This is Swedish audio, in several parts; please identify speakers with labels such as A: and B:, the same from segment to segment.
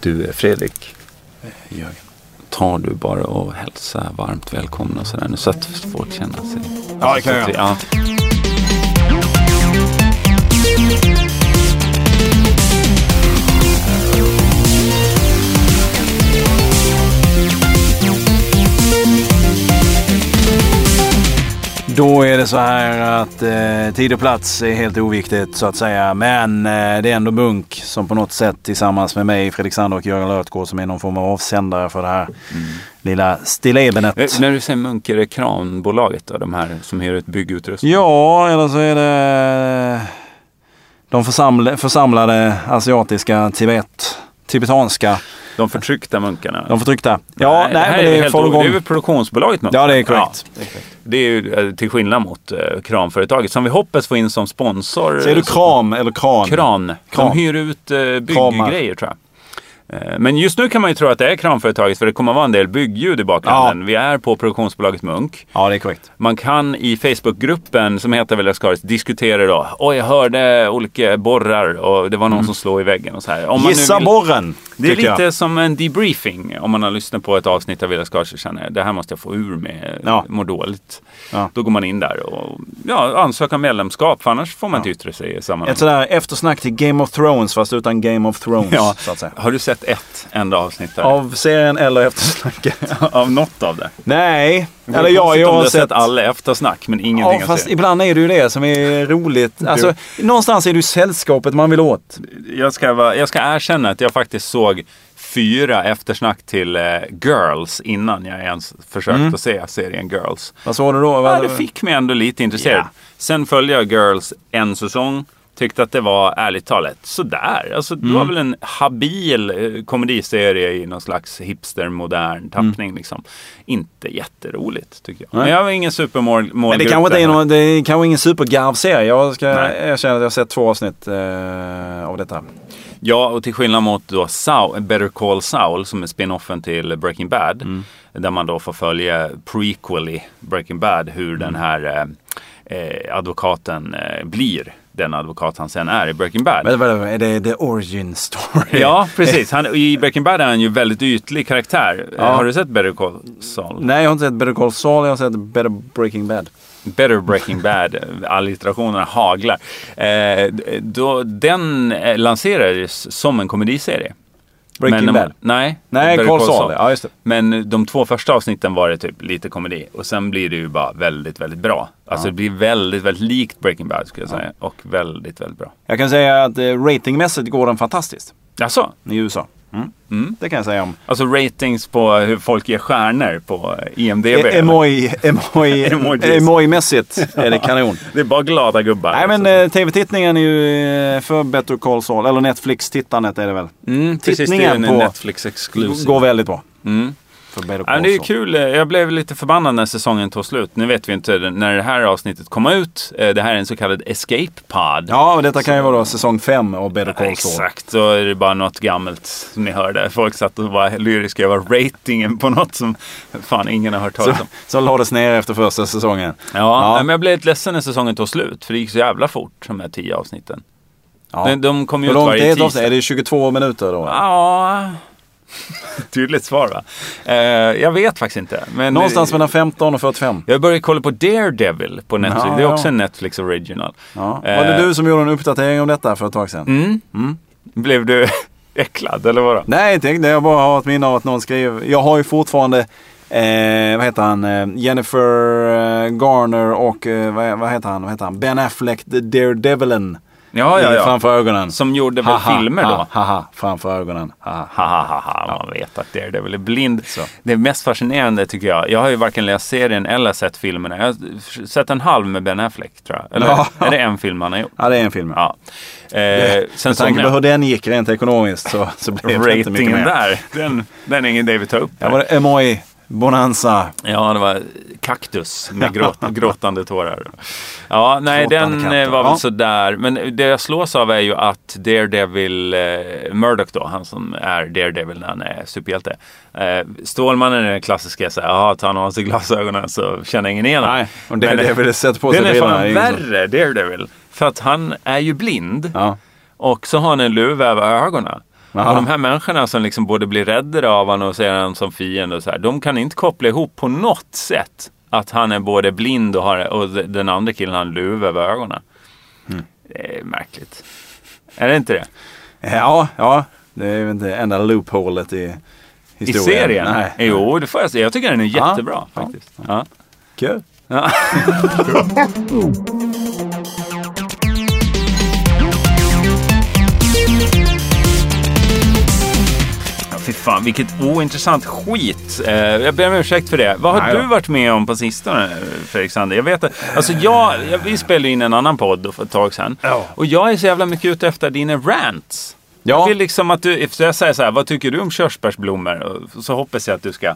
A: Du är Fredrik.
B: Jörgen. Tar du bara och hälsa varmt välkomna och sådär nu så att folk känner sig...
C: Ja, det kan jag
B: Så att vi-
C: göra.
B: ja.
C: Då är det så här att eh, tid och plats är helt oviktigt så att säga. Men eh, det är ändå Munk som på något sätt tillsammans med mig, Fredrik Sander och Göran Lötgård som är någon form av avsändare för det här lilla stilla ebenet.
B: Mm. Eh, När du säger Munk, är det kranbolaget då? De här som hyr ut byggutrustning?
C: Ja, eller så är det de församl- församlade asiatiska Tibet, tibetanska,
B: De förtryckta munkarna?
C: de förtryckta. Ja, nej,
B: det här
C: men det är
B: helt
C: folk
B: o- Det är väl produktionsbolaget Munk?
C: Ja, det är korrekt.
B: Det är ju eh, till skillnad mot eh, kranföretaget som vi hoppas få in som sponsor.
C: Säger du
B: Så-
C: kram eller kran?
B: Kran.
C: Kran.
B: De hyr ut eh,
C: Kramar.
B: bygggrejer tror jag. Eh, Men just nu kan man ju tro att det är kranföretaget för det kommer att vara en del byggljud i bakgrunden.
C: Ja.
B: Vi är på produktionsbolaget Munk.
C: Ja, det är korrekt.
B: Man kan i Facebookgruppen som heter Välja Skaris diskutera då. Oj, jag hörde olika borrar och det var någon som slog i väggen och så här. Om man nu
C: Mm. Gissa
B: vill-
C: borren,
B: det är
C: tycker jag.
B: lite som en debriefing om man har lyssnat på ett avsnitt av Villa Skarsgård och känner det här måste jag få ur mig,
C: Ja.
B: ja. mår dåligt.
C: Ja.
B: Då går man in där och ja, ansöker om medlemskap för annars får man inte yttra sig i sammanhanget.
C: Ett sådär eftersnack till Game of Thrones fast utan Game of Thrones.
B: Ja.
C: Så att säga.
B: Har du sett ett enda avsnitt där?
C: Av serien eller eftersnacket?
B: Av något av det?
C: Nej, eller jag,
B: konstigt
C: jag
B: om du
C: har sett...
B: alla eftersnack men ingenting
C: Ja, fast
B: att se.
C: ibland är det ju det som är roligt. Alltså, någonstans är det ju sällskapet man vill åt.
B: Jag ska, vara- jag ska erkänna att jag faktiskt såg fyra eftersnack till eh, Girls innan jag ens försökte
C: Mm.
B: att se serien Girls.
C: Vad sa du då?
B: Ja, det fick mig ändå lite intresserad.
C: Ja.
B: Sen följde jag Girls en säsong. Tyckte att det var, ärligt talat, sådär. Alltså, det
C: Mm.
B: var väl en habil eh, komediserie i någon slags hipstermodern tappning.
C: Mm.
B: Liksom. Inte jätteroligt, tycker jag. Men jag var ingen supermål.
C: Men det
B: målgrupp
C: kanske inte är
B: där.
C: någon, det är kanske ingen supergarvserie. Jag ska
B: Nej.
C: erkänna att jag har sett två avsnitt eh, av detta.
B: Ja, och till skillnad mot då Saul, Better Call Saul som är spinoffen till Breaking Bad.
C: Mm.
B: Där man då får följa prequely Breaking Bad hur den
C: Mm.
B: här eh, eh, advokaten eh, blir den advokat han sen är i Breaking Bad.
C: Men vad är det? Är det the origin story?
B: Ja, precis. Han, I Breaking Bad är han ju väldigt ytlig karaktär. Eh,
C: Ja.
B: Har du sett Better Call Saul?
C: Nej, jag har inte sett Better Call Saul. Jag har sett Better Breaking Bad.
B: Better Breaking Bad, eh, alliterationerna haglar. Eh, då, den eh, lanserades som en komediserie.
C: Breaking
B: Men-
C: Bad?
B: Nej.
C: Nej,
B: Better
C: Call Saul. Ja, just det.
B: Men de två första avsnitten var det typ lite komedi och sen blir det ju bara väldigt, väldigt bra. Alltså det blir väldigt, väldigt likt Breaking Bad skulle jag säga och väldigt, väldigt bra.
C: Jag kan säga att eh, ratingmässigt går den fantastiskt
B: Alltså,
C: i USA. Mm. Det kan jag säga om.
B: alltså ratings på hur folk ger stjärnor på IMDB.
C: E-
B: eller?
C: Emoji, emoji,
B: Emojis.
C: emoji-mässigt är det kanon.
B: Det är bara glada gubbar.
C: Nej men
B: Alltså.
C: eh, tv-tittningen är ju eh, för Better Call Saul. Eller Netflix-tittandet är det väl.
B: mm, precis, det är
C: eh, tittningen
B: en
C: på-
B: Netflix exclusive.
C: Går väldigt bra.
B: Mm.
C: För Better
B: Ja,
C: Call
B: men det är ju
C: Saul.
B: kul. Jag blev lite förbannad när säsongen tog slut. Nu vet vi inte när det här avsnittet kom ut. Eh, Det här är en så kallad escape pod.
C: Ja, och detta kan ju vara då säsong 5 av Better Call Saul.
B: Exakt, då är det bara något gammalt som ni hörde. Folk satt och var lyriska över ratingen på något som fan ingen har hört talas
C: Så,
B: om.
C: så lades ner efter första säsongen.
B: Ja,
C: Ja.
B: Men jag blev lite ledsen när säsongen tog slut, för det gick så jävla fort, de här tio avsnitten.
C: Ja.
B: De, de kom ju
C: Hur
B: ut
C: långt är
B: varje
C: det? avsnitt?
B: tisdag.
C: Är det 22 minuter då?
B: Ja, tydligt svar va? Eh, jag vet faktiskt inte. Men
C: Någonstans mellan 15 och 45.
B: Jag började kolla på Daredevil på Netflix.
C: Ja,
B: det är
C: ja.
B: också en Netflix original.
C: Ja. Var det
B: Eh,
C: du som gjorde en uppdatering om detta för ett tag sedan?
B: Blev du äcklad eller vadå?
C: Nej, jag tänkte jag bara har ett minne av att någon skrev. Jag har ju fortfarande, eh, vad heter han, eh, Jennifer eh, Garner och eh, vad, vad heter han, vad heter han, Ben Affleck, The Daredevilen.
B: Ja, ja,
C: i-
B: ja.
C: Framför ögonen.
B: Som gjorde väl filmer då?
C: ha, Haha, framför ögonen. Haha.
B: Ah, Ha, ha, ha, ha. Man vet att det är, det är väl blind. Det mest fascinerande tycker jag. Jag har ju varken läst serien eller sett filmerna. Jag har sett en halv med Ben Affleck tror jag. Eller
C: Ja.
B: är det en film han har gjort?
C: Ja, det är en film.
B: Ja. Eh, sen
C: Med tanke på hur
B: somnade
C: den gick rent ekonomiskt så, så blev
B: jag.
C: det inte mycket
B: Ratingen
C: mer.
B: där, den, den är ingen David tar upp.
C: Ja, var det Emoji, Bonanza.
B: Ja, det var kaktus med gråt, gråtande tårar. Ja, nej,
C: Gråtande
B: den
C: katter.
B: eh, var väl
C: Ja.
B: sådär. Men det jag slås av är ju att Daredevil, eh, Murdoch då, han som är Daredevil när han är superhjälte. Eh, Stålmannen är den klassiska, så här, "Jaha, tar han av sig glasögonen så känner ingen igen honom.
C: Nej, och
B: Men, eh,
C: Daredevil sätter på sig
B: Den är
C: brillorna.
B: fan
C: Det är ingen som-
B: värre, Daredevil. För att han är ju blind.
C: Ja.
B: Och så har han en luva över ögonen. Och de här människorna som liksom både blir räddade av honom och ser honom som fiende och så här, de kan inte koppla ihop på något sätt att han är både blind och, har, och den andra killen har en luva över ögonen.
C: Mm.
B: Det är märkligt. Är det inte det?
C: Eh, Ja, ja. Det är väl inte enda loopholet i
B: I
C: historien.
B: serien?
C: Nej.
B: Jo, det får jag säga. Jag tycker den är
C: Ja.
B: jättebra
C: Ja.
B: faktiskt. Ja.
C: Kul.
B: Ja. Fy fan, vilket ointressant skit. Eh, jag ber om ursäkt för det. Vad har
C: Nej då.
B: du varit med om på sistone, Fredrik Sander? Jag vet att, alltså jag, jag, vi spelade in en annan podd för ett tag sedan.
C: Ja.
B: Och jag är så jävla mycket ute efter dina rants.
C: Ja.
B: Jag vill liksom att du, så jag säger så här, vad tycker du om körsbärsblommor? Och Så hoppas jag att du ska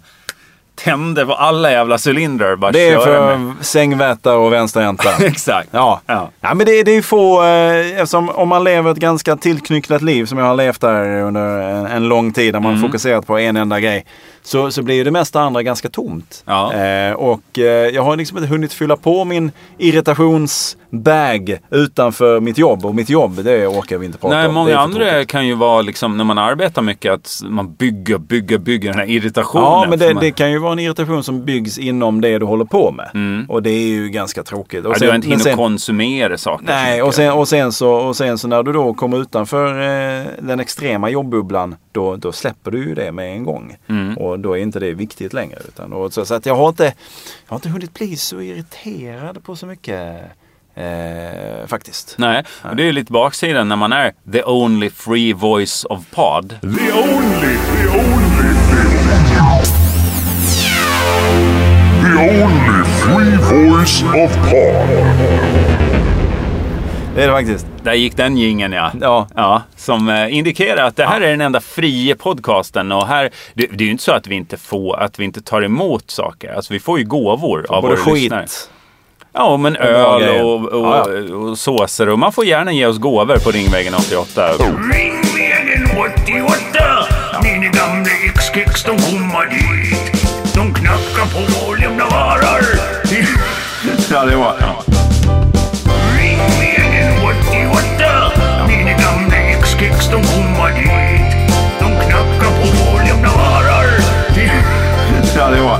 B: tända på alla jävla cylindrar och bara
C: Det är
B: köra med.
C: för sängväta och vänsterhänta.
B: Exakt.
C: Ja.
B: Ja.
C: ja. men det, det är ju få, eh, eftersom om man lever ett ganska tillknycklat liv som jag har levt där under en, en lång tid, där man
B: Mm.
C: fokuserat på en enda grej, så, så blir ju det mesta andra ganska tomt.
B: Ja.
C: Eh, och eh, jag har liksom inte hunnit fylla på min irritationsbag utanför mitt jobb. Och mitt jobb, det orkar vi inte prata
B: Nej,
C: om. Det är
B: många
C: för tråkigt.
B: andra kan ju vara liksom, när man arbetar mycket, att man bygger, bygger, bygger den här irritationen.
C: Ja, men
B: För
C: det,
B: man,
C: det kan ju vara en irritation som byggs inom det du håller på med. Och det är ju ganska tråkigt. Och
B: Mm. ja, du
C: sen-
B: har inte
C: men
B: hinner
C: sen-
B: konsumera saker.
C: Nej,
B: så
C: och
B: mycket.
C: sen, och, sen så, och sen så när du då kommer utanför eh, den extrema jobbubblan, då, då släpper du ju det med en gång. Och då är inte det viktigt längre. Utan, och så så att jag, har inte, jag har inte hunnit bli så irriterad på så mycket eh, faktiskt.
B: Nej, och det är ju lite baksidan när man är the only free voice of pod.
A: The only, the only, the, the only free voice of Pod.
C: Det är det faktiskt.
B: Där gick den gingen ja.
C: Ja.
B: som eh, indikerar att det här är den enda fria podcasten. Och här, det, det är ju inte så att vi inte får, att vi inte tar emot saker. Alltså vi får ju gåvor av
C: Både
B: våra
C: skit.
B: lyssnare. Ja, men
C: bra
B: öl
C: grejer.
B: och, och,
C: Ja,
B: och såser. Och man får gärna ge oss gåvor på Ringvägen 88.
A: Ringvägen 88! Mina gamla ex-kex, de kommer dit. De knackar på och lämnar varor.
B: Ja, det var ja.
A: Ringvägen 88! Mina gamla ex-kex, de kommer dit. De knackar på och lämnar varor.
C: Ja, det var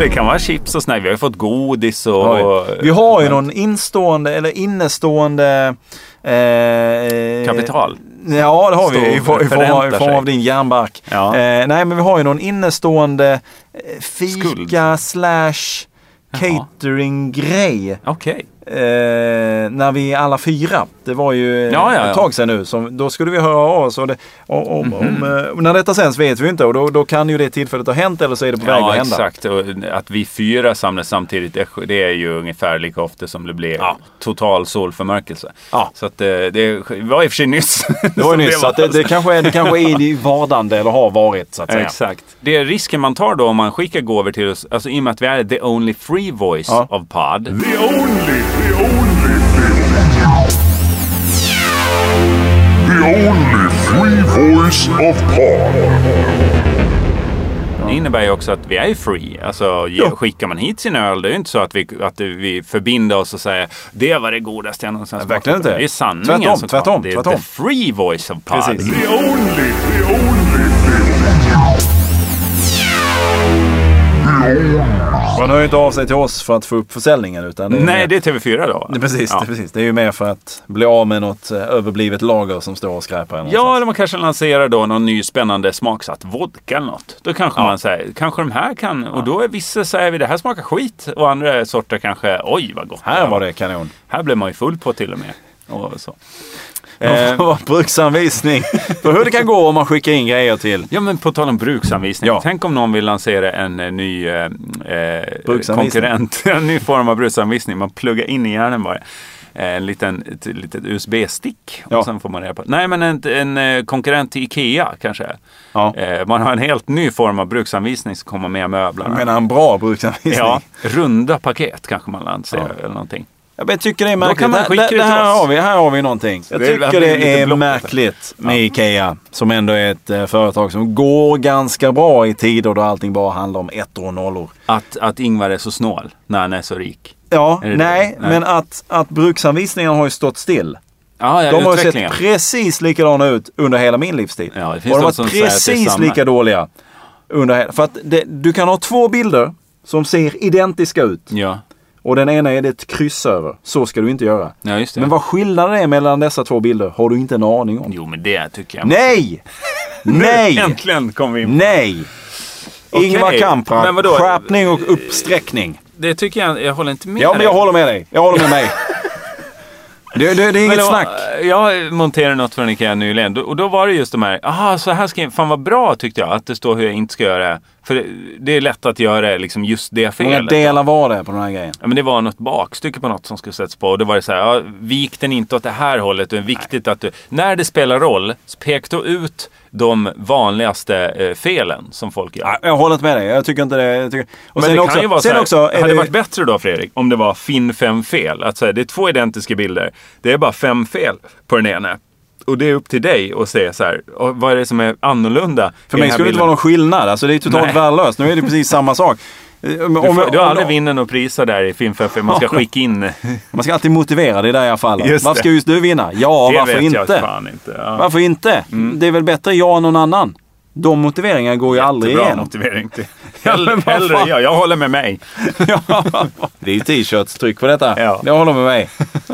B: Det kan vara chips och sånt. där. Vi har ju fått godis och... och
C: Vi har ju någon instående eller innestående... eh,
B: Kapital.
C: Ja, det har vi i,
B: Står-
C: for, i, form, av, i
B: förräntar
C: form
B: sig.
C: av din järnbark.
B: Ja.
C: Eh, nej, men vi har ju någon innestående eh,
B: Skuld.
C: fika slash catering-grej.
B: Okej.
C: Eh, när vi är alla fyra. Det var ju eh,
B: Ja, ja, ja.
C: ett tag sedan nu. Som, då skulle vi höra av oss. Och det, och, om, om,
B: Mhm.
C: eh, och när detta sänds vet vi inte och då, då kan ju det tillfället ha hänt eller så är det på väg
B: Ja,
C: att hända.
B: exakt. Och att vi fyra samlas samtidigt, det är- det är ju ungefär lika ofta som det blir total solförmörkelse.
C: Ja.
B: Så att eh, det var i och för sig nyss.
C: Det var ju nyss, så att det, det, kanske är, det kanske är i vardande eller har varit så att säga.
B: Exakt. Det är risken man tar då om man skickar gåvor till oss, alltså i och med att vi är the only free voice
C: Ja.
B: of pod.
A: The only, the only, the, the only free voice of Pod.
B: Det innebär ju också att vi är free. Alltså, ge- skickar man hit sin öl, det är ju inte så att vi, att vi förbinder oss och säger det var det godaste jag någonsin smakat
C: verkligen
B: på."
C: inte.
B: Det är sanningen
C: Tvärtom,
B: såklart.
C: tvärtom,
B: Det är
C: tvärtom.
B: the free voice of pod.
C: Precis.
A: The only, the only,
C: Man hör ju inte av sig till oss för att få upp försäljningen. Utan det är
B: Nej,
C: mer-
B: det är TV4 då.
C: det, precis,
B: Ja.
C: det, precis. Det är ju mer för att bli av med något eh, överblivet lager som står och skräpar. eller
B: Ja,
C: någonstans.
B: eller man kanske lanserar då någon ny spännande smaksatt vodka eller något. Då kanske man säger, kanske de här kan, och då är vissa säger vi det här smakar skit och andra sorter kanske, oj vad gott
C: Här var det kanon.
B: Här blev man ju full på till och med. Och så.
C: Eh, vår bruksanvisning för hur det kan gå om man skickar in grejer till.
B: Ja men på tal om bruksanvisning.
C: Ja.
B: Tänk om någon vill lansera en eh, ny eh, eh,
C: Bruksanvisning.
B: konkurrent. En ny form av bruksanvisning. Man pluggar in i hjärnan bara. Eh, En liten, ett litet USB-stick.
C: Ja.
B: Och sen får man reda på. Nej men en, en eh, konkurrent till IKEA kanske.
C: Ja.
B: Eh, Man har en helt ny form av bruksanvisning som kommer med möblerna.
C: Jag menar en bra bruksanvisning.
B: ja, runda paket kanske man lanserar eller någonting.
C: Ja, men Jag tycker det är märkligt.
B: kan man skicka
C: det,
B: det
C: det, det
B: till
C: här,
B: oss.
C: har vi, här har vi någonting. Jag
B: Det är- det här
C: tycker
B: blir
C: det
B: lite
C: är
B: block.
C: märkligt med IKEA. Som ändå är ett eh, företag som går ganska bra i tider då allting bara handlar om ettor och nollor.
B: Att, att Ingvar är så snål när han är så rik.
C: Ja,
B: Är det
C: nej,
B: det? Nej.
C: men att, att bruksanvisningen har ju stått still.
B: Ja, ja,
C: De har ju
B: utvecklingen.
C: sett precis likadana ut under hela min livstid.
B: Ja, det finns
C: och de
B: de
C: har
B: som
C: varit
B: säger att det är
C: precis
B: samma.
C: lika dåliga. Under hela, för att det, du kan ha två bilder som ser identiska ut
B: Ja.
C: och den ena är det ett kryss över. Så ska du inte göra.
B: ja, just det.
C: Men vad skillnaden är mellan dessa två bilder har du inte en aning om.
B: Jo, men det tycker jag.
C: Nej! Nej!
B: Äntligen kom vi in på
C: Nej!
B: Okej,
C: Ingvar
B: men
C: Kamprad,
B: vadå?
C: skärpning och uppsträckning.
B: Det tycker jag, jag håller inte med
C: Ja, men jag
B: dig.
C: håller med dig. Jag håller med mig. Det, det, det är
B: Men
C: inget
B: det var-
C: snack.
B: Jag monterade något från Ikea nyligen Då- och då var det just de här, aha så här ska jag, fan vad bra tyckte jag att det står hur jag inte ska göra. För det, det är lätt att göra liksom just det
C: Hur många
B: felet.
C: delar var det på den här grejen?
B: Ja, men det var något bakstycke på något som skulle sättas på. Och då var det så här, ja, vik den inte åt det här hållet. Det är viktigt att du, när det spelar roll, så pek då ut de vanligaste eh, felen som folk gör.
C: Ja, Jag håller inte med dig. Jag tycker inte det. Jag tycker... Och
B: Men det
C: sen
B: kan
C: också,
B: ju vara så
C: sen
B: här,
C: också eh, är
B: hade det
C: det-
B: varit bättre då Fredrik, om det var finn fem fel? Att säga, det är två identiska bilder, det är bara fem fel på den ena. Och det är upp till dig att säga så här, och vad är det som är annorlunda?
C: För
B: i den
C: mig
B: här
C: skulle det inte
B: bilden?
C: vara någon skillnad. Alltså, det är totalt
B: Nej.
C: värdelöst. Nu är det precis samma sak. Eh, men
B: Du,
C: om-
B: får, du har
C: om-
B: aldrig vinnen och priser där i finn fem fel. Man ska skicka in...
C: Man ska alltid motivera. Det är där jag faller.
B: Just
C: varför
B: det.
C: ska just du vinna? Ja,
B: det
C: varför
B: vet jag
C: inte?
B: fan inte. Ja.
C: Varför inte?
B: Mm.
C: Det är väl bättre jag än någon annan. De motiveringarna går ju aldrig
B: Bra
C: igenom.
B: motivering till.
C: Ja, men vad fan.
B: Hellre jag, jag håller med mig.
C: det är ju t-shirts tryck på detta.
B: Ja.
C: Jag håller med mig.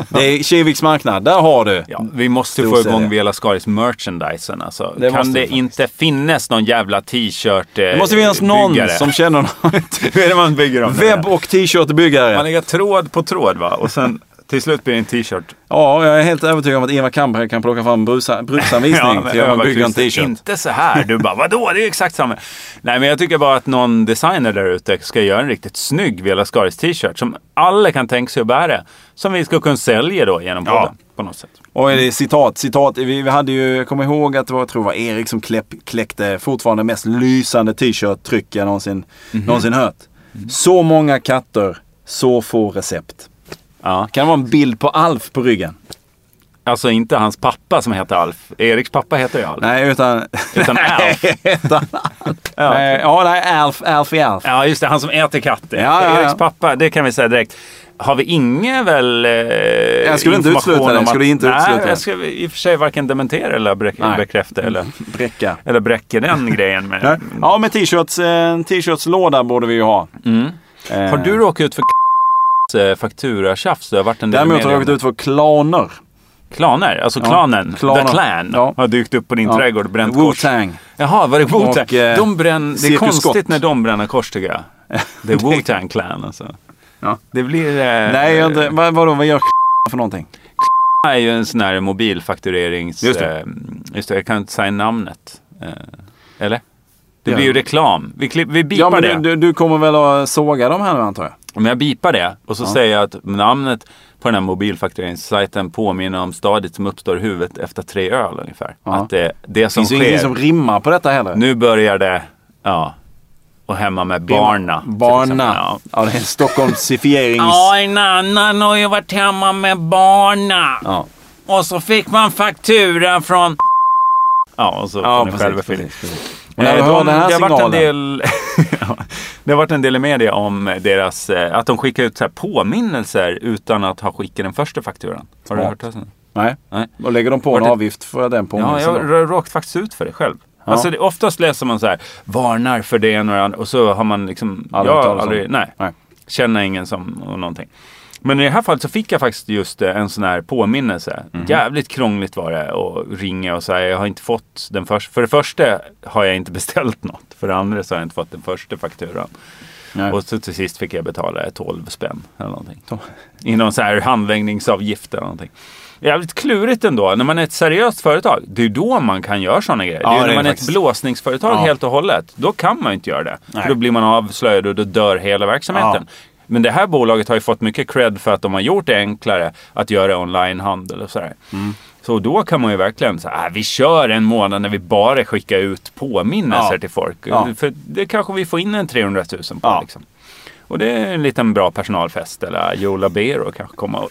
C: Det är Kiviks marknad. Där har du.
B: Ja, vi måste ju få
C: Storsäljare.
B: igång Vela Skaris merchandisen alltså.
C: Det
B: kan
C: måste
B: det
C: vi
B: inte finnas någon jävla t-shirt eh,
C: Det måste finnas någon som känner någon.
B: Hur är det man bygger dem?
C: Webb och
B: Man
C: t-shirtbyggare.
B: lägger tråd på tråd va? Och sen till slut blir det en t-shirt.
C: Ja, jag är helt övertygad om att Ingvar Kamprad kan plocka fram brusa- bruksanvisning
B: men
C: till hur man bygger en
B: övertygelse.
C: t-shirt.
B: Inte så här. Du bara, vadå? Det är ju exakt samma. Nej, men jag tycker bara att någon designer där ute ska göra en riktigt snygg Vela Skaris t-shirt som alla kan tänka sig att bära. Som vi ska kunna sälja då genom podden. På något sätt.
C: Och är det citat, citat. Vi, vi hade ju, jag kommer ihåg att det var, jag tror det var Erik som kläpp, kläckte fortfarande mest lysande t-shirt-tryck jag någonsin,
B: Mhm.
C: någonsin hört. Så många katter, så få recept.
B: Ja.
C: Kan vara en bild på Alf på ryggen.
B: Alltså inte hans pappa som heter Alf. Eriks pappa heter ju Alf.
C: Nej, utan...
B: Utan Alf.
C: utan Alf. Nej, Ja, nej, Alf, Alf i Alf.
B: Ja, just det. Han som äter katter.
C: Ja, ja, ja.
B: Eriks pappa, det kan vi säga direkt. Har vi ingen väl eh, Jag
C: skulle inte utesluta det, jag skulle inte
B: nej,
C: utesluta det.
B: Jag skulle i och för sig varken dementera eller bräck,
C: Nej.
B: bekräfta eller,
C: Bräcka.
B: eller bräcka den grejen.
C: Nej.
B: Med.
C: Ja, men t-shirts, eh, t-shirtslåda borde vi ju ha. Eh,
B: Mm. Har du råkat ut för eh, fakturatjafs? Det har varit en del
C: Däremot har jag
B: media om
C: råkat ut för klaner.
B: det. Klaner? Alltså
C: Ja,
B: klanen?
C: klaner.
B: The Clan?
C: Ja.
B: Har dykt upp på din
C: Ja.
B: trädgård och bränt kors?
C: Wu-Tang.
B: Jaha, var det
C: Och,
B: Wu-Tang?
C: eh,
B: De bränn, det är
C: Cirkus
B: konstigt
C: Scott.
B: när de bränner kors tycker jag. Det är Wu-Tang Clan alltså.
C: Ja.
B: Det blir... Eh,
C: Nej, jag, inte- vad, vadå, vad gör för någonting?
B: Det är ju en sån här mobilfakturerings...
C: Just det.
B: Eh, just det, jag kan inte säga namnet. Eh, eller? Det
C: Ja.
B: blir ju reklam. Vi, klipp, vi
C: Ja,
B: bipar
C: men
B: det.
C: du, du, du kommer väl att såga dem här nu antar jag?
B: Om jag bipar det och så säger jag att namnet på den här mobilfaktureringssajten påminner om stadiet som uppstår i huvudet efter tre öl ungefär.
C: Ja.
B: Att det, det som
C: Finns ju
B: sker...
C: ingenting som rimmar på detta heller.
B: Nu börjar det... Ja. Och hemma med barna. till exempel.
C: Barna.
B: Ja.
C: Ja. det är en Stockholmsifierings...
B: en annan har ju varit hemma med barna.
C: Ja.
B: Och så fick man faktura från... Ja, och så
C: Ja,
B: får ni
C: precis,
B: själva
C: precis,
B: filma.
C: precis. Och när
B: Nej,
C: du hör
B: de,
C: den här
B: det, har varit en
C: signalen.
B: del, Ja, det har varit en del i media om deras, eh, att de skickar ut så här påminnelser utan att ha skickat den första fakturan. Har du
C: Smart.
B: hört det? sen?
C: Nej.
B: Nej.
C: Då lägger de på en
B: Vart det-
C: avgift för den
B: Ja,
C: påminnelsen.
B: jag
C: då.
B: har råkat faktiskt ut för det själv.
C: Ja.
B: Alltså, det, oftast läser man så här, varnar för det ena och det andra och så har man liksom,
C: Aldrig hört
B: jag
C: talas om.
B: aldrig, nej,
C: Nej.
B: känner ingen som och någonting. Men i det här fallet så fick jag faktiskt just eh, en sån här påminnelse. Jävligt krångligt var det att ringa och säga jag har inte fått den första. För det första har jag inte beställt något. För det andra så har jag inte fått den första fakturan.
C: Nej.
B: Och så till sist fick jag betala 12 spänn eller någonting.
C: To-
B: I någon så här handläggningsavgift eller någonting. Jävligt klurigt ändå. När man är ett seriöst företag, det är då man kan göra sådana grejer.
C: Ja,
B: det är ju
C: det
B: när
C: är
B: man är
C: faktiskt-
B: ett blåsningsföretag
C: Ja.
B: helt och hållet. Då kan man ju inte göra det.
C: Nej.
B: För då blir man avslöjad och då dör hela verksamheten. Men det här bolaget har ju fått mycket cred för att de har gjort det enklare att göra onlinehandel och sådär.
C: Mm.
B: Så då kan man ju verkligen säga, ah, vi kör en månad när vi bara skickar ut påminnelser
C: Ja.
B: till folk.
C: Ja.
B: För det kanske vi får in en 300 000 på
C: Ja.
B: liksom. Och det är en liten bra personalfest eller Joe Labero kanske komma och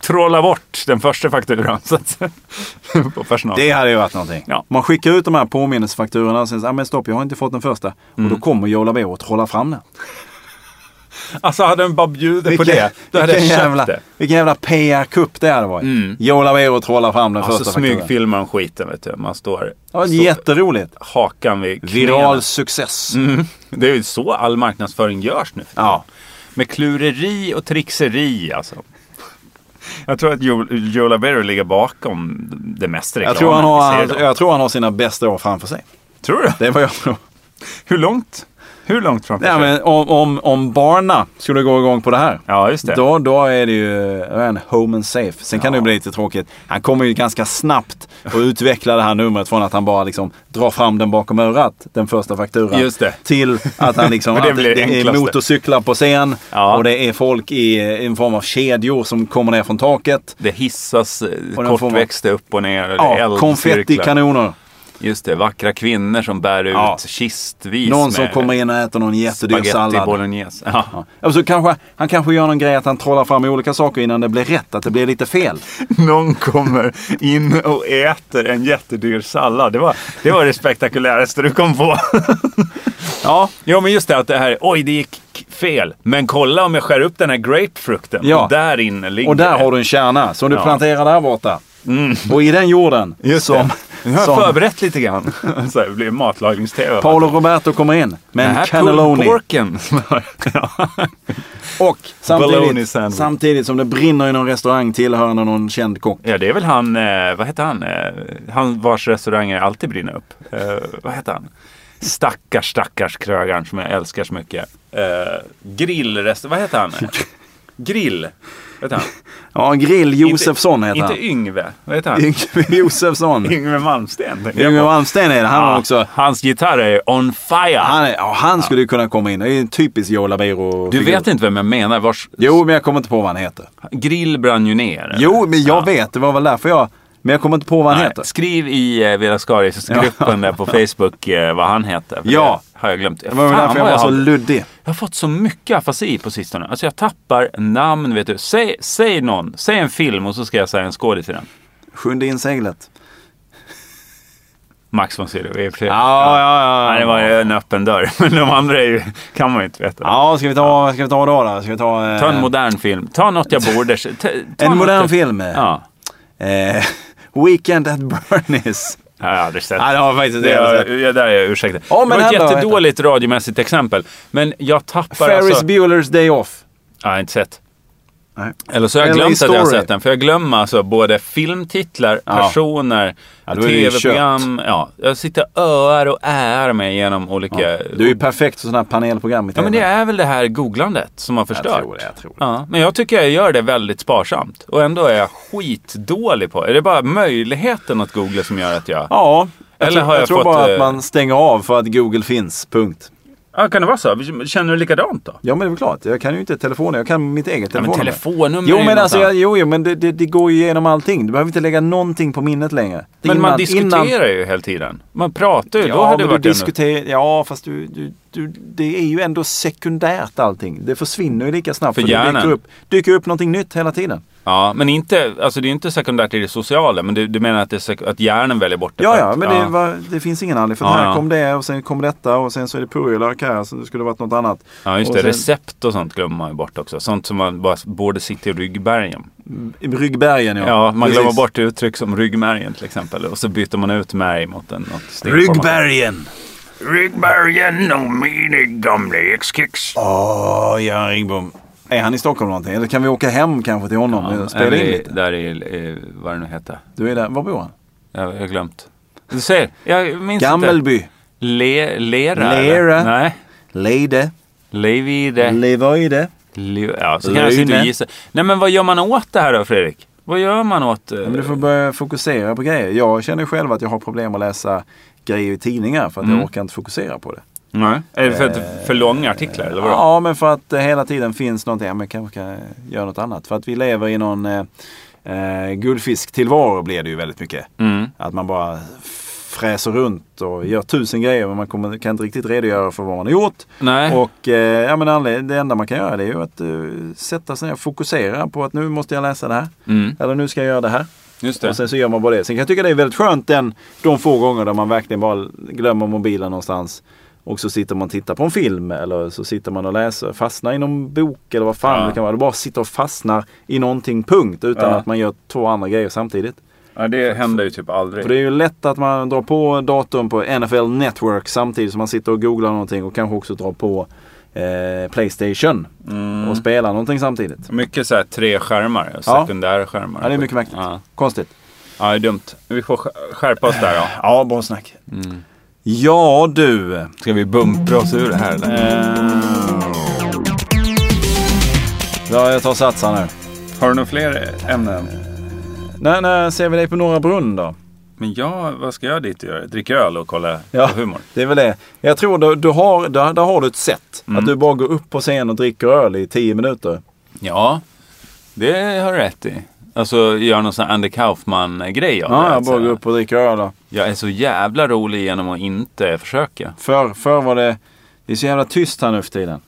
B: trolla bort den första fakturan så att, säga, på personal.
C: Det hade ju varit någonting.
B: Ja.
C: Man skickar ut de här
B: Mm.
C: påminnelsefakturorna och sen säger ah, men stopp, jag har inte fått den första. Och då kommer Joe Labero och trollar fram den.
B: Alltså hade den bara bjudit på det, då hade jag
C: vilken
B: köpt
C: jävla,
B: det.
C: Vilken jävla PR-kupp det hade varit. Mm. Joe Labero trollar fram den
B: Alltså
C: första fakturan.
B: smygfilmar om skiten vet du. Man står,
C: Ja,
B: står
C: jätteroligt.
B: hakan vid knäna.
C: Viral success.
B: Mm. Det är ju så all marknadsföring görs nu.
C: Ja.
B: Med klureri och trixeri alltså. Jag tror att Joe Joe Labero ligger bakom det mesta
C: Jag tror, han
B: vi
C: har,
B: ser
C: han,
B: idag.
C: jag tror han har sina bästa år framför sig.
B: Tror du?
C: Det är vad jag tror.
B: Hur långt? Hur långt framför
C: Ja,
B: sig?
C: men om, om, om Barna skulle gå igång på det här.
B: Ja, just det.
C: Då, då är det ju då är han home and safe. Sen kan det ju bli lite tråkigt. Han kommer ju ganska snabbt och utveckla det här numret från att han bara liksom drar fram den bakom örat, den första fakturan.
B: Just det.
C: Till att han liksom,
B: Men det
C: att
B: blir det
C: är
B: enklaste.
C: motorcyklar på scen
B: Ja.
C: och det är folk i en form av kedjor som kommer ner från taket.
B: Det hissas eh,
C: Och den får man-
B: kortväxte upp och ner. och det är
C: Ja,
B: eldcirklar.
C: konfettikanoner.
B: Just det, vackra kvinnor som bär ut
C: Ja.
B: kistvis
C: Någon som
B: med
C: kommer in och äter någon jättedyr
B: spagetti
C: sallad.
B: bolognese. Ja.
C: Ja. Alltså, kanske, han kanske gör någon grej att han trollar fram olika saker innan det blir rätt, att det blir lite fel.
B: Någon kommer in och äter en jättedyr sallad. Det var det, var det spektakuläraste du kom på.
C: Ja,
B: ja, men just det att det här, oj det gick k- fel. Men kolla om jag skär upp den här grapefrukten.
C: Ja.
B: Och där inne ligger
C: och där
B: det.
C: har du en kärna som du
B: Ja.
C: planterar där borta. Och i den jorden
B: Just
C: som,
B: det. Nu har jag
C: som
B: förberett lite grann. Så här, det blir matlagnings-tv.
C: Paolo Roberto kommer in
B: Den
C: med en
B: här
C: cannelloni.
B: pulled-porken. Ja.
C: Och
B: Bologna
C: samtidigt,
B: sandwich.
C: samtidigt som det brinner i någon restaurang tillhörande någon känd kock.
B: Ja, det är väl han, eh, vad heter han, eh, han vars restauranger alltid brinner upp. Eh, vad heter han? Stackars, stackars krögaren som jag älskar så mycket. Eh, grillrestaurang, vad heter han? Grill, vad heter han?
C: Ja, Grill Josefsson heter
B: inte,
C: han.
B: Inte Yngve, vad heter han?
C: Yngve Josefsson.
B: Yngve Malmsten. tänker jag
C: Yngve
B: på.
C: Malmsten är det. Han har
B: Ja,
C: också...
B: Hans gitarr är on fire.
C: Han, är, ja, han skulle ju kunna komma in. Det är ju en typisk Joe labero
B: du vet inte vem jag menar. Vars
C: Jo, men jag kommer inte på vad han heter.
B: grill brann ju ner.
C: Jo, men jag vet. Det var väl därför jag... Men jag kommer inte på vad han
B: Nej,
C: heter.
B: Skriv i eh, Vela Skaris-gruppen där på Facebook eh, vad han heter. för
C: Ja.
B: Det har jag glömt.
C: Det var väl därför jag var så
B: har-
C: luddig.
B: Jag har fått så mycket afasi på sistone. Alltså jag tappar namn, vet du. Säg, säg någon, säg en film och så ska jag säga en skådis i den.
C: Sjunde inseglet.
B: Max von Sydow, i och för sig.
C: Ja, ja, ja.
B: Nej, det var ju en öppen dörr. Men de andra är ju, kan man ju inte veta.
C: Ja, ska vi ta, ska vi ta då då? Ska vi ta, eh,
B: Ta en modern film. Ta något jag borde... Ta, ta något
C: en modern
B: jag-
C: film.
B: Ja.
C: Eh, Weekend at Bernie's.
B: Jag har aldrig sett.
C: Nej, det var faktiskt
B: Det
C: det.
B: är, där är jag ursäktad.
C: Ja, men
B: det var ett
C: här då,
B: jättedåligt radiomässigt exempel. Men jag tappar
C: Ferris
B: alltså...
C: Bueller's Day Off.
B: Ja, jag har inte sett.
C: Nej.
B: Eller så har jag
C: LA
B: glömt att jag har
C: Story.
B: sett den. För jag glömmer alltså både filmtitlar,
C: Ja.
B: personer,
C: Ja, då är det ju
B: tv-program. Ja, jag sitter öar och är mig genom olika... Ja.
C: Eh, Du är ju perfekt för sådana här panelprogram i
B: ja,
C: TV.
B: men det är väl det här googlandet som har förstört.
C: tror det, jag tror det.
B: Ja, men jag tycker jag gör det väldigt sparsamt. Och ändå är jag skitdålig på det. Är det bara möjligheten att googla som gör att jag...
C: Ja. Jag,
B: Eller
C: tror-
B: har
C: jag,
B: jag
C: tror
B: fått,
C: bara att
B: eh,
C: man stänger av för att Google finns. Punkt.
B: Ja, kan det vara så? Känner du likadant då?
C: Ja men det är väl klart. Jag kan ju inte telefonen. Jag kan mitt eget
B: Ja, men
C: telefonnummer.
B: telefonnummer är
C: Jo
B: ju
C: men, alltså,
B: någonstans.
C: jag, jo, jo, men det, det, det går ju igenom allting. Du behöver inte lägga någonting på minnet längre.
B: Men man
C: Innan-
B: diskuterar
C: innan-
B: ju hela tiden. Man pratar ju. då
C: Ja,
B: hade
C: men
B: det
C: du
B: varit
C: diskuterar... Ja, fast du, du, du, det är ju ändå sekundärt allting. Det försvinner ju lika snabbt.
B: För
C: det
B: hjärnan.
C: dyker upp, dyker upp någonting nytt hela tiden.
B: Ja, men inte, alltså det är inte sekundärt i det sociala, men du, du menar att, det är sek- att hjärnan väljer bort det?
C: Ja,
B: för
C: ja,
B: att-
C: men Det, var, det finns ingen anledning. För att
B: Ja,
C: här
B: ja.
C: kom det och sen kom detta och sen så är det purjolök här. Så det skulle varit något annat.
B: ja, just
C: och
B: det.
C: sen-
B: Recept och sånt glömmer man ju bort också. Sånt som man bara borde sitta i ryggmärgen.
C: I Ryggbergen, ja.
B: Ja, man
C: Precis.
B: glömmer bort uttryck som ryggmärgen till exempel. Och så byter man ut märg mot en, något steg.
C: Ryggbergen!
A: Ryggbergen och minigamlekskicks.
C: Åh, Göran Ringbom. Är han i Stockholm någonting? Eller kan vi åka hem kanske till honom?
B: Ja,
C: och Spela in
B: eller
C: lite.
B: Där i, eh, vad det nu hette.
C: Du är där. Var bor han?
B: Jag jag har glömt. Du ser, jag minns inte.
C: Gammelby.
B: Le, lera? eller?
C: Lera.
B: Nej.
C: Leide.
B: Levide.
C: Levoide.
B: Le- ja, så kan jag sitta
C: Lune.
B: och gissa. Nej, men vad gör man åt det här då, Fredrik? Vad gör man åt... eh,
C: Ja, Men du får börja fokusera på grejer. Jag känner själv att jag har problem att läsa grejer i tidningar för att
B: Mm.
C: jag orkar inte fokusera på det.
B: Nej. Är det för, att det är för långa artiklar eller vadå?
C: Ja, men för att det hela tiden finns någonting. Ja, men kanske kan jag göra något annat. För att vi lever i någon eh, eh, guldfisktillvaro blir det ju väldigt mycket.
B: Mm.
C: Att man bara fräser runt och gör tusen grejer men man kommer, kan inte riktigt redogöra för vad man har gjort.
B: Nej.
C: Och eh, ja, men anled- det enda man kan göra det är ju att eh, sätta sig ner och fokusera på att nu måste jag läsa det här.
B: Mm.
C: Eller nu ska jag göra det här.
B: Just
C: Och
B: det.
C: sen så gör man bara det. Sen kan jag tycka det är väldigt skönt den, de få gånger där man verkligen bara glömmer mobilen någonstans. Och så sitter man och tittar på en film eller så sitter man och läser, fastnar i någon bok eller vad fan
B: Ja.
C: det kan vara. Du bara sitter och fastnar i någonting punkt utan
B: Ja.
C: att man gör två andra grejer samtidigt.
B: Ja, det händer ju typ aldrig.
C: För det är ju lätt att man drar på datorn på NFL Network samtidigt som man sitter och googlar någonting och kanske också drar på eh, Playstation och spelar någonting samtidigt.
B: Mycket så här tre skärmar, sekundära skärmar.
C: Ja, det är mycket märkligt.
B: Ja.
C: Konstigt.
B: ja, det är dumt. Vi får sk- skärpa oss där då.
C: Ja, bra snack. Mm. Ja du.
B: Ska vi bumpra oss ur det här eller?
C: Ja, jag tar sats här nu.
B: Har du några fler ämnen?
C: När, när ser vi dig på Norra Brunn då?
B: Men jag, vad ska jag dit och göra? Dricka öl och kolla
C: Ja.
B: på humor?
C: Det är väl det. Jag tror du, du har, där, där har du ett sätt. Att du bara går upp på scen och dricker öl i tio minuter.
B: Ja, det har du rätt i. Alltså göra någon sån här Andy Kaufman-grej av det,
C: Ja,
B: att
C: jag bara
B: säga.
C: går upp och dricker öl. Då.
B: Jag är så jävla rolig genom att inte försöka.
C: Förr, förr var det... Det är så jävla tyst här nu för tiden.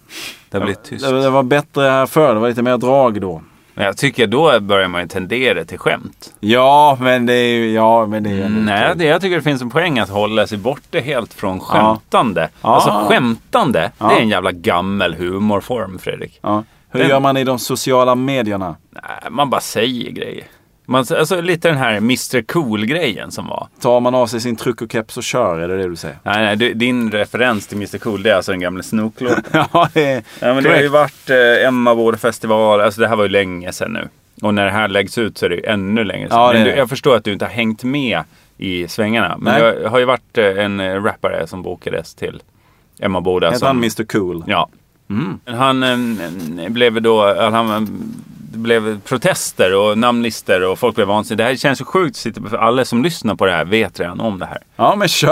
B: Det blir tyst.
C: Det, det var bättre här förr. Det var lite mer drag då.
B: Men jag tycker då börjar man ju tendera till skämt.
C: Ja, men det är ju... Ja, men det är ju... ändå-
B: Nej, det, jag tycker det finns en poäng att hålla sig borta helt från skämtande.
C: Ja.
B: Alltså
C: Ja.
B: skämtande,
C: Ja.
B: det är en jävla gammel humorform, Fredrik.
C: Ja. Hur
B: Den-
C: gör man i de sociala medierna?
B: Nej, man bara säger grejer. Man, alltså lite den här Mr Cool-grejen som var.
C: Tar man av sig sin truck och keps och kör? Är det det du säger?
B: Nej, nej, du- din referens till Mr Cool, det är alltså den gamla Snook-låten.
C: Ja, det är
B: Ja, men det har ju
C: korrekt.
B: varit eh, Emma Vår-festival, alltså det här var ju länge sedan nu. Och när det här läggs ut så är det ju ännu längre sedan.
C: Ja, det
B: men
C: är
B: du,
C: det.
B: jag förstår att du inte har hängt med i svängarna. Men
C: Nej.
B: jag har ju varit eh, en eh, rappare som bokades till Emma Boda.
C: Hette
B: som-
C: han Mm. Mr Cool?
B: Ja. Han eh, blev då, han, han, det blev protester och namnlister och folk blev vansinniga. Det här känns så sjukt, sitter- för alla som lyssnar på det här vet redan om det här.
C: Ja, men kör!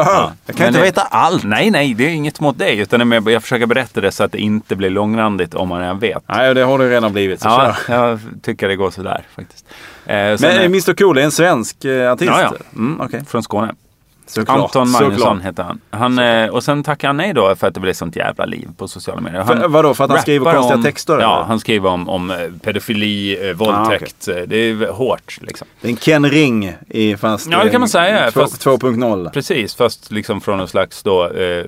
C: Jag kan
B: Men
C: inte
B: det-
C: veta allt.
B: Nej, nej, det är inget mot dig. Utan det är mer, jag försöker berätta det så att det inte blir långrandigt om man redan vet.
C: Nej, det har du redan blivit. Så
B: Ja,
C: kör.
B: jag tycker det går sådär faktiskt. Eh, sen,
C: Men
B: eh,
C: Mr Cool är en svensk eh, artist?
B: Ja, ja.
C: Mm, okej.
B: Från Skåne.
C: Såklart.
B: Anton
C: Såklart.
B: Magnusson heter han. han eh, och sen tackar han nej då för att det blev sånt jävla liv på sociala medier. Han
C: För- eh, vadå, för att han skriver
B: rappar
C: konstiga
B: om,
C: texter,
B: Ja,
C: eller? Ah,
B: han skriver om, om eh, pedofili, eh, våldtäkt. eh, Det är ju hårt liksom.
C: Det är en Ken Ring i fast... eh,
B: Ja, det kan man säga,
C: två-
B: fast-
C: 2.0.
B: Precis, fast liksom från någon slags då eh,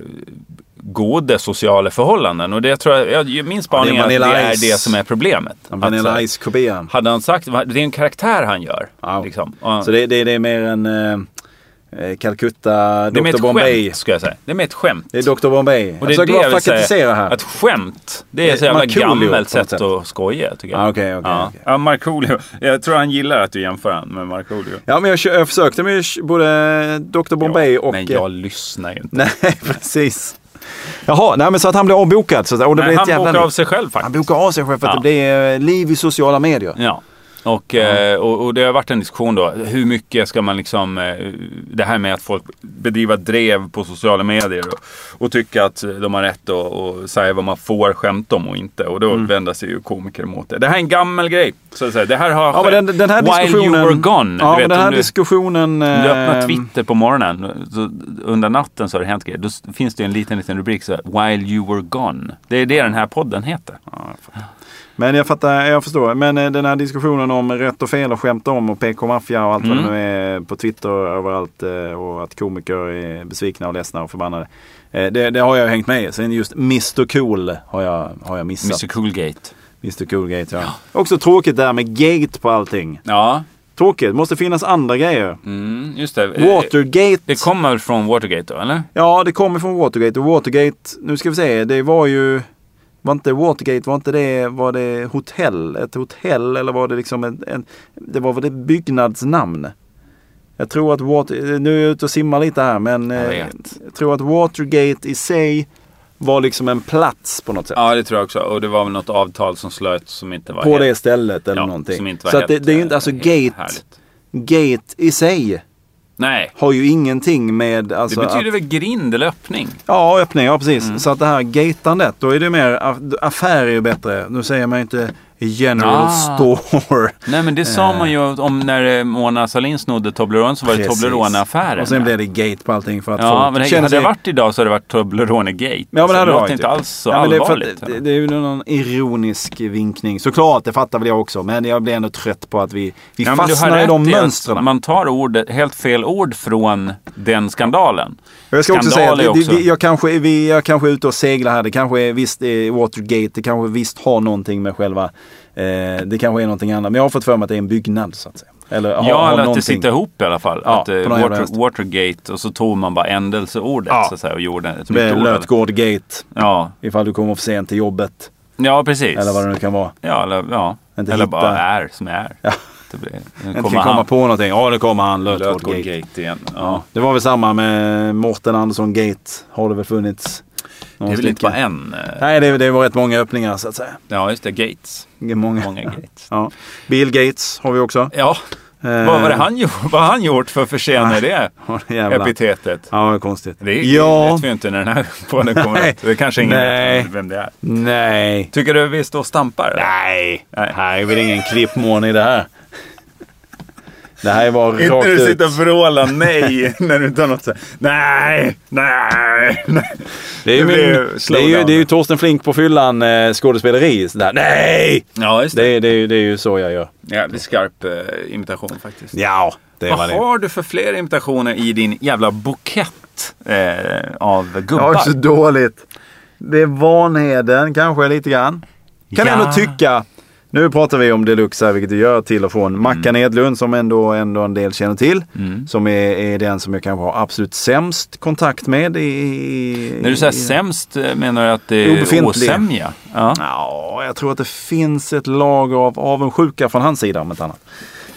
B: goda sociala förhållanden. Och det tror jag, jag ju- min spaning
C: Ja, det är
B: är att det
C: Vanilla
B: är
C: Ice.
B: det som är problemet. Att så
C: Vanilla
B: här,
C: Ice-kopian.
B: Hade han sagt, det är en karaktär han gör.
C: Ja.
B: Liksom. Och-
C: Så det, det, det är mer en eh, eh, Calcutta,
B: Det är med
C: Dr
B: ett
C: Bombay.
B: skämt, ska jag säga. Det är med ett skämt.
C: Det är Dr Bombay. Jag
B: Och det är
C: försöker
B: det jag vill
C: bara paketisera
B: säga.
C: här.
B: Att skämt, det är
C: Det
B: så
C: är
B: jävla
C: Markoolio på något
B: gammalt sätt
C: sätt.
B: att skoja tycker jag.
C: Ah, okej, okej,
B: ja.
C: okej.
B: ja, Markoolio. Jag tror han gillar att du jämför han med Markoolio.
C: Ja, men jag, kö- jag försökte med sh- både Dr Bombay och...
B: Men
C: eh,
B: jag lyssnar ju inte.
C: Nej, precis. Jaha, nej men så att han blir avbokad. Så att, och det
B: Men
C: blir ett
B: han
C: jävla
B: bokar
C: liv.
B: av sig själv faktiskt.
C: Han bokar av sig själv för att
B: Ja.
C: det blir eh, liv i sociala medier.
B: Ja. Och, eh, och, och det har varit en diskussion då. Hur mycket ska man liksom... eh, Det här med att folk bedriver drev på sociala medier och, och tycka att de har rätt att- att säga vad man får skämta om och inte. Och då
C: Mm.
B: vänder sig ju komiker mot det. Det här är en gammal grej. Så att säga. Det här har
C: Ja, men den, den här
B: While
C: diskussionen...
B: you were gone.
C: Ja,
B: du vet,
C: men den här
B: om du,
C: diskussionen...
B: om du öppnar
C: eh,
B: Twitter på morgonen. Så under natten så har det hänt grejer. Då s- finns det ju en liten, liten rubrik så här, While you were gone. Det är det den här podden heter.
C: Men jag fattar, jag förstår. Men eh, den här diskussionen om rätt och fel och skämta om och PK-maffia och allt vad det nu är på Twitter och överallt eh, och att komiker är besvikna och ledsna och förbannade. Eh, Det, det har jag hängt med i. Sen just Mr Cool har jag, har jag missat.
B: Mr Coolgate.
C: Mr Cool-gate ja. Också tråkigt där med gate på allting.
B: Ja,
C: Tråkigt, måste finnas andra grejer.
B: mm, just det.
C: Watergate.
B: Det kommer väl från Watergate då, eller?
C: Ja, det kommer från Watergate. Och Watergate, nu ska vi se, det var ju... Var inte Watergate, var inte det, var det hotell? Ett hotell eller var det liksom en... en det var väl ett byggnadsnamn? Jag tror att Water... Nu är jag ute och simmar lite här men... eh,
B: Jag vet.
C: jag tror att Watergate i sig var liksom en plats på något sätt.
B: Ja, det tror jag också. Och det var väl något avtal som slöts som inte var
C: på
B: helt-
C: det stället eller
B: ja,
C: någonting.
B: Som inte var
C: Så att det,
B: helt,
C: det är ju
B: eh,
C: inte, alltså
B: helt
C: gate,
B: härligt.
C: gate i sig
B: Nej,
C: har ju ingenting med...
B: det
C: Alltså, att-
B: betyder väl grind eller öppning?
C: Ja, öppning. Ja, precis. Så att det här gatandet, då är det mer, aff- affär är ju bättre. Nu säger man ju inte General
B: Ah.
C: Store.
B: Nej men det sa man ju om när eh, Mona Sahlin snodde Toblerone så var det
C: Precis.
B: Toblerone-affären.
C: Och sen blev det gate på allting för att
B: Ja,
C: folk
B: men
C: känner
B: hade det varit idag så hade det varit Toblerone-gate.
C: Ja, men
B: Så
C: det hade varit
B: låter
C: ju.
B: inte alls så
C: Ja, men det är för att
B: allvarligt.
C: Det, det är ju någon ironisk vinkning. Såklart, det fattar väl jag också. Men jag blir ändå trött på att vi, vi
B: Ja, men du har
C: fastnar i
B: rätt
C: de
B: att
C: mönstren.
B: Man tar ordet, helt fel ord från den skandalen.
C: Jag ska också
B: Skandal
C: säga
B: är
C: att vi,
B: också-
C: vi, jag, kanske, vi, jag kanske är ute och seglar här. Det kanske är visst eh, Watergate. Det kanske visst har någonting med själva... Eh, det kanske är någonting annat. Men jag har fått för mig att det är en byggnad så att säga. Eller har,
B: Ja,
C: har
B: eller att det
C: någonting.
B: sitter ihop i alla fall.
C: Ja,
B: att, eh,
C: på någon jävla
B: water,
C: vänster.
B: Watergate och så tog man bara ändelseordet
C: Ja.
B: så att säga, och gjorde ett
C: Det är
B: nytt ord.
C: Lötgårdgate.
B: Ja.
C: Ifall du kommer för sent till jobbet.
B: ja, precis.
C: Eller vad det nu kan vara.
B: Ja, eller, ja.
C: Inte
B: eller
C: hitta-
B: bara är som är.
C: Ja.
B: Det blir,
C: Jag inte kan komma på någonting. Ja, det kommer han. Lötgårdgate.
B: Lötgårdgate igen.
C: Ja,
B: Ja.
C: det var väl samma med Mårten Andersson Gate. Har det väl funnits.
B: Det
C: någon
B: är väl inte
C: stycken.
B: bara en? eh,
C: Nej, det, det var rätt många öppningar så att säga.
B: Ja, just det. Gates.
C: Det är Många.
B: Många Gates.
C: Ja. Bill Gates har vi också.
B: Ja,
C: Eh.
B: vad var det han gjort? Vad har han gjort för att förtjäna det
C: Jävlar.
B: epitetet?
C: Ja, vad konstigt.
B: Det
C: ja.
B: vet vi ju inte när den här podden kommer
C: Nej.
B: ut. Det är kanske ingen
C: Nej.
B: vet vem det är.
C: Nej.
B: Tycker du vi står och stampar?
C: Nej.
B: Nej.
C: Här är väl ingen klippmån i det här. Det här är bara rakt
B: Inte du
C: ut.
B: sitter och vrålar nej när du inte har något så här, Nej, nej, nej.
C: Det är, ju
B: Det
C: min,
B: blir
C: det, är ju,
B: slowdown.
C: det är ju Torsten Flink på fyllan eh, skådespeleri. Så där. Nej!
B: Ja, just
C: Det,
B: det.
C: är- det, är ju- det är ju så jag gör.
B: Jävligt skarp eh, imitation faktiskt.
C: Ja, det var
B: Vad
C: det.
B: har du för fler imitationer i din jävla bukett eh, av
C: Ja,
B: gubbar?
C: det är så dåligt. Det är Vanheden kanske lite grann. Kan
B: Ja.
C: ändå tycka. Nu pratar vi om deluxe här, vilket vi gör till och från.
B: Mm.
C: Mackan Edlund som ändå, ändå en del känner till. Som är, är den som jag kanske har absolut sämst kontakt med i... i
B: När du säger
C: i-
B: sämst eh, menar du att det är
C: Obefintlig.
B: osämja? Ja.
C: Ja, jag tror att det finns ett lager av avundsjuka från hans sida om inte annat.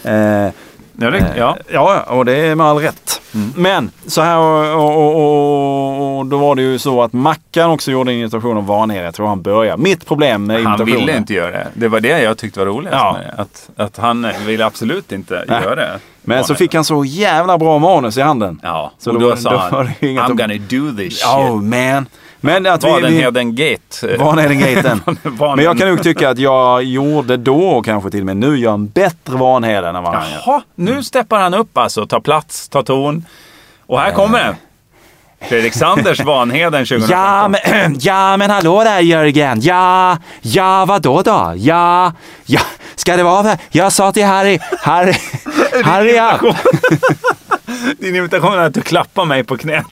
C: Eh,
B: Ja, det, ja. Mm.
C: Ja, och det är med all rätt. Men så här och, och, och, och då var det ju så att Mackan också gjorde en imitation av Vanheden. Jag tror han började. Mitt problem med
B: Han
C: imitationer.
B: ville inte göra det. Det var det jag tyckte var roligast
C: Eh, Ja.
B: med det. Att, att han ville absolut inte
C: Nej.
B: göra det.
C: Men så fick han så jävla bra manus i handen.
B: Ja,
C: Så
B: och
C: då
B: då,
C: var- då
B: sa han
C: var det ju inget
B: I'm
C: om-
B: gonna do this shit.
C: Oh man. Men att vi... vi
B: Vadenheden Gate.
C: Vanheden gaten.
B: Vanen-
C: Men jag kan nog tycka att jag gjorde då och kanske till och med nu gör en bättre Vanheden än vad han gör.
B: Jaha,
C: Mm.
B: nu steppar han upp alltså. Tar plats, tar ton. Och här kommer
C: Eh.
B: den. Fredrik Sanders Vanheden 2015.
D: Ja men, ja, men hallå där Jörgen. Ja, ja, vadå då? Ja, ja, ska det vara det? Jag sa till Harry, Harry, Harry, ja.
B: Din imitation är att du klappar mig på knät.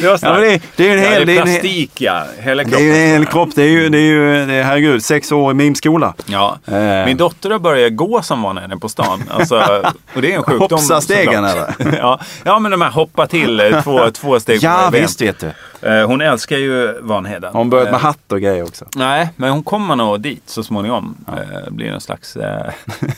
B: Det var
C: Ja, men det, det är ju en hel...
B: ja, det är
C: en hel-
B: plastik ja. Hela
C: Det är
B: kroppen.
C: ju en hel kropp. Det är ju, det är ju det är, herregud, sex år i mimskola.
B: Ja.
C: Eh.
B: Min dotter har börjat gå som var nere på stan. Alltså, och det är en sjukdom.
C: Hoppsa stegen,
B: såklart. ja. ja, men de här hoppa till eh, två, två steg på
C: Ja,
B: varje ben.
C: visst vet du.
B: Eh, Hon älskar ju Vanheden.
C: Har hon börjat
B: Eh,
C: med hatt och grejer också?
B: Nej, men hon kommer nog dit så småningom. Eh, blir någon slags eh,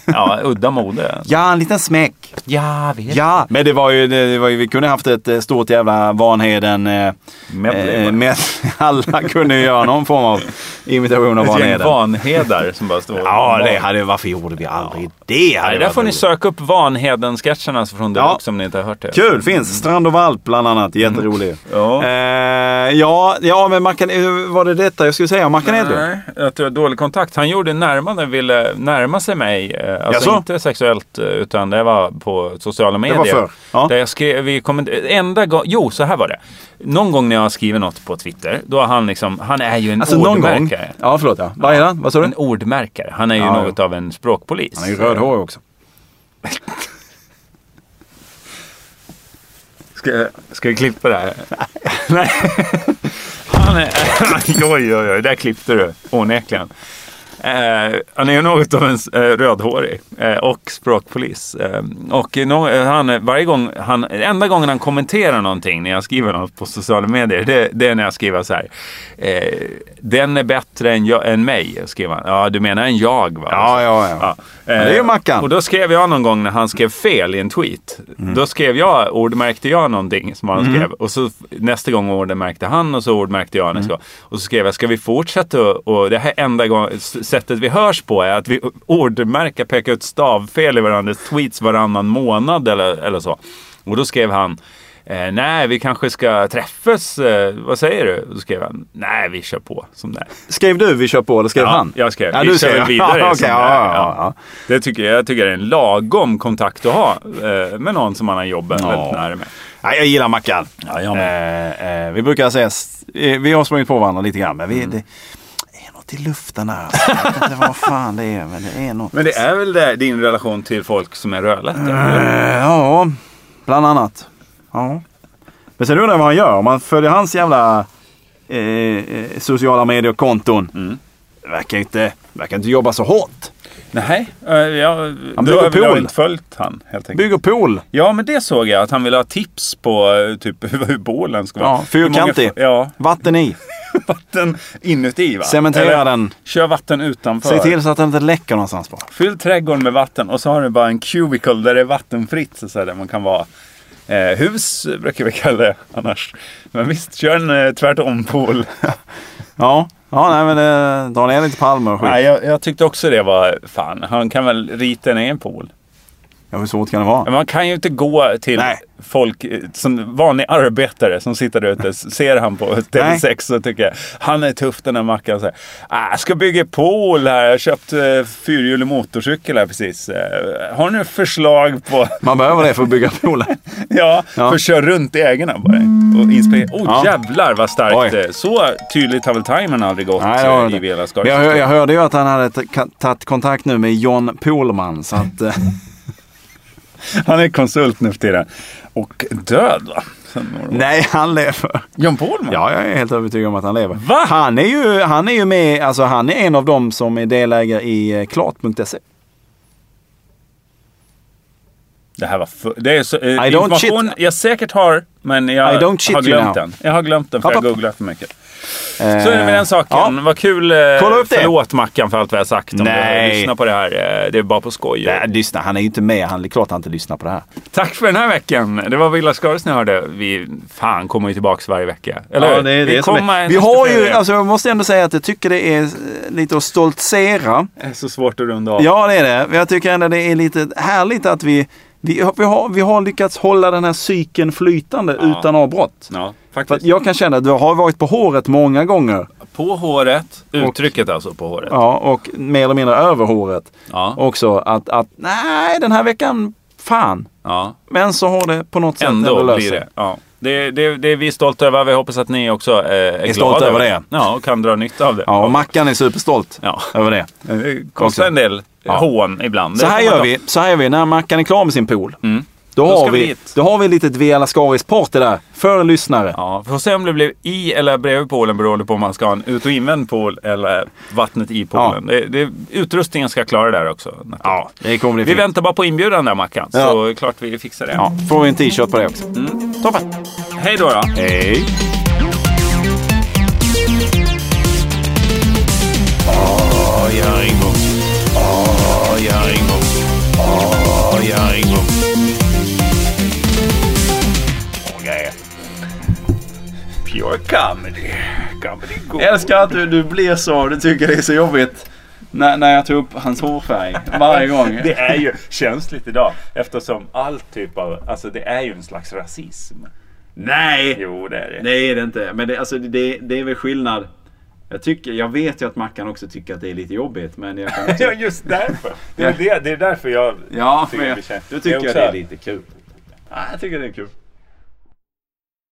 B: ja, udda mode.
C: Ja, en liten smäck.
D: Ja, vet.
C: Ja, men det var ju, det var ju vi kunde haft ett eh, stort jävla Vanheden. Eh,
B: Medley,
C: eh,
B: va?
C: med, alla kunde ju göra någon form av imitation av
B: Ett gäng
C: Vanheden.
B: vanhedar som bara står och-
C: Ja, det hade, varför gjorde vi aldrig det? Hade
B: Nej, där
C: varit
B: får ni
C: roligt.
B: söka upp Vanheden-sketcherna alltså från Deluxe
C: Ja.
B: som ni inte har hört det.
C: Kul, finns. Strand och valp bland annat.
B: Mm.
C: Jätterolig.
B: Ja.
C: Eh, ja, ja, men Mackan, eh, var det detta jag skulle säga om Mackan Edlund?
B: Nej, att du har dålig kontakt. Han gjorde närmare, ville närma sig mig. eh, Alltså
C: Jaså?
B: inte sexuellt, eh, utan det var på sociala medier.
C: förr. Ja.
B: Där jag skrev, vi kom, enda gång, jo så här var det. Någon gång när jag har skrivit något på Twitter, då har han liksom, han är ju en
C: Alltså någon
B: ordmärkare.
C: gång. Ja, förlåt. Ja. Vad är han? Vad sa du?
B: En ordmärkare. Han är ju
C: Ja, ja.
B: något av en språkpolis.
C: Han är ju rödhårig också.
B: Ska, ska vi klippa det här? Nej. Han är... oj, oj, oj. Där klippte du. Onekligen. Eh, han är ju något av en eh, rödhårig eh, och språkpolis. Eh, och no, han, varje gång han, enda gången han kommenterar någonting när jag skriver något på sociala medier, det, det är när jag skriver så här. Eh, den är bättre än, jag, än mig, skriver han. Ja, du menar än jag va?
C: Ja, ja, ja.
B: eh,
C: det är ju Mackan. Mm.
B: Och då skrev jag någon gång när han skrev fel i en tweet. Då skrev jag, ordmärkte jag någonting som han skrev. Och så nästa gång ordmärkte han och så ordmärkte jag
C: Mm.
B: nästa gång. Och så skrev jag, ska vi fortsätta och, och det här enda gång, s- sättet vi hörs på är att vi ordmärker, pekar ut stavfel i varandras tweets varannan månad eller, eller så. Och då skrev han, Eh, nej, vi kanske ska träffas. Eh, vad säger du? Då skrev han, nej, vi kör på som det är.
C: Skrev du vi kör på eller skrev
B: Ja,
C: han?
B: jag skrev.
C: Ja,
B: Vi
C: du
B: kör
C: skrev.
B: väl vidare liksom. som
C: Ja, okej,
B: det
C: ja,
B: är,
C: ja, ja.
B: Det tycker jag, jag tycker det är en lagom kontakt att ha eh, med någon som man har jobbat
C: Ja.
B: väldigt nära med.
C: Nej, jag gillar Mackan.
B: Ja, jag
C: eh, eh, vi brukar ses. Eh, vi har sprungit på varandra lite grann. Men vi,
B: Mm.
C: det, det är något i luften där. alltså. Jag vet inte vad fan det är. Men det är något.
B: Men det är väl det, din relation till folk som är rödlätta?
C: Eh, ja, bland annat. Ja. Men sen undrar jag vad han gör. Om man följer hans jävla eh, eh, sociala medier-konton.
B: Mm.
C: Det Verkar inte, verkar inte jobba så hårt.
B: Nej, eh, jag,
C: Han
B: då
C: bygger
B: har väl jag
C: pool.
B: inte följt han helt enkelt.
C: Bygger pool.
B: Ja, men det såg jag. Att han ville ha tips på eh, typ hur bålen ska vara.
C: Ja,
B: Hur många-
C: fyrkantig.
B: Ja,
C: Vatten i.
B: vatten inuti va?
C: Cementera
B: Eller,
C: den.
B: Kör vatten utanför.
C: Se till så att den inte läcker någonstans bara.
B: Fyll trädgården med vatten och så har du bara en cubicle där det är vattenfritt. Så så här, där man kan vara. Eh, hus brukar vi kalla det annars. Men visst, kör en eh, tvärtompool.
C: Ja, ja nej, men eh, dra ner lite palmer och skit.
B: Nej, jag, jag tyckte också det var fan. Han kan väl rita en egen pool.
C: Ja, hur svårt kan det vara?
B: Men man kan ju inte gå till
C: Nej.
B: folk, eh, som vanlig arbetare som sitter där ute, s- ser han på TV6 och tycker han är tuff den här mackan. Så här, ah, jag ska bygga pool här, jag har köpt eh, fyrhjulig motorcykel här precis. Eh, har ni förslag på,
C: Man behöver det för att bygga pooler.
B: ja,
C: Ja. Mm.
B: för kör runt i ägorna bara och inspirera. Oh
C: Ja.
B: jävlar vad starkt
C: Oj.
B: det är. Så tydligt har väl timern aldrig gått
C: Nej, det var
B: eh,
C: det
B: i Vela
C: inte. Men jag, hör- jag hörde ju att han hade t- ka- tagit kontakt nu med John Pohlman. Så att, eh,
B: Han är konsult nu för tiden. Och död va? Sen några år.
C: nej, han lever.
B: John Paulman?
C: Ja, jag är helt övertygad om att han lever.
B: Va?
C: Han är ju, han är ju med, alltså han är en av dem som är delägare i eh, klart.se.
B: Det här var för, det är så, eh,
C: don't
B: information
C: shit.
B: jag säkert har, men jag
C: I don't shit
B: har
C: you
B: glömt
C: now.
B: den. Jag har glömt den för
C: Hopp,
B: jag
C: hopp.
B: googlar för mycket. Så är det
C: Eh,
B: med den saken.
C: Ja.
B: Vad kul. eh,
C: Kolla upp det.
B: Förlåt Mackan för allt vi har sagt. Om
C: Nej.
B: du lyssnar på det här. eh, Det är bara på skoj.
C: Nej, lyssna, han är ju inte med. Han är klart han inte lyssnar på det här.
B: Tack för den här veckan. Det var Villa Skaris ni hörde. Vi fan kommer ju tillbaka varje vecka. Eller hur? vi, kommer
C: vi
B: nästa
C: har ju,
B: fredag.
C: alltså jag måste ändå säga att jag tycker det är eh, lite att stoltsera.
B: Det är så svårt att runda av.
C: Ja, det är det. Men Jag tycker ändå det är lite härligt att vi, vi, vi, har, vi har lyckats hålla den här cykeln flytande
B: Ja.
C: utan avbrott.
B: Ja,
C: För att
B: faktiskt.
C: jag kan känna att du har varit på håret många gånger.
B: På håret. Uttrycket alltså på håret.
C: Ja, och mer eller mindre över håret
B: Ja.
C: också. Att, att nej, den här veckan, fan.
B: ja.
C: Men så har det på något sätt
B: Ändå
C: löst
B: blir
C: sig.
B: det. Ja. Det, det, det är vi stolta över. Vi hoppas att ni också eh, är, är
C: stolta över det.
B: Ja, och kan dra nytta av det.
C: Ja, och Mackan är superstolt
B: Ja.
C: över det.
B: Det kostar
C: Också.
B: en del
C: Ja.
B: hån ibland.
C: Så
B: Det
C: här,
B: får man
C: gör
B: ta. Mm.
C: vi, så här gör vi, när Mackan är klar med sin pool. Då,
B: Då
C: har
B: ska vi
C: vi,
B: hit.
C: då har vi lite Via Lascaris-party där, för lyssnare.
B: Ja, vi får se om det blir i eller bredvid poolen beroende på om man ska ha en ut och invänd pool eller vattnet i poolen. Det, det, utrustningen ska klara det där också. Ja,
C: Det kommer bli
B: vi
C: fint.
B: väntar bara på inbjudan där Mackan,
C: Ja.
B: så är det klart vi fixar det.
C: Ja, får vi en t-shirt på det också.
B: Mm.
C: Toppen!
B: Hej då! då.
C: Hej!
B: Pure comedy. Comedy gold.
C: Jag älskar att du, du blir så, du tycker det är så jobbigt. När, när jag tog upp hans hårfärg varje gång.
B: Det är ju känsligt idag eftersom all typ av, alltså det är ju en slags rasism.
C: Nej!
B: Jo det är det.
C: Nej det är det inte. Men det, alltså, det, det är väl skillnad. Jag, tycker, jag vet ju att Mackan också tycker att det är lite jobbigt. Men jag kan
B: Ja
C: inte...
B: just därför. Det är, det, det är därför jag
C: Ja,
B: tycker
C: men
B: det
C: jag,
B: blir känsligt.
C: då tycker
B: också
C: jag det är lite kul. Ja, jag tycker det är kul.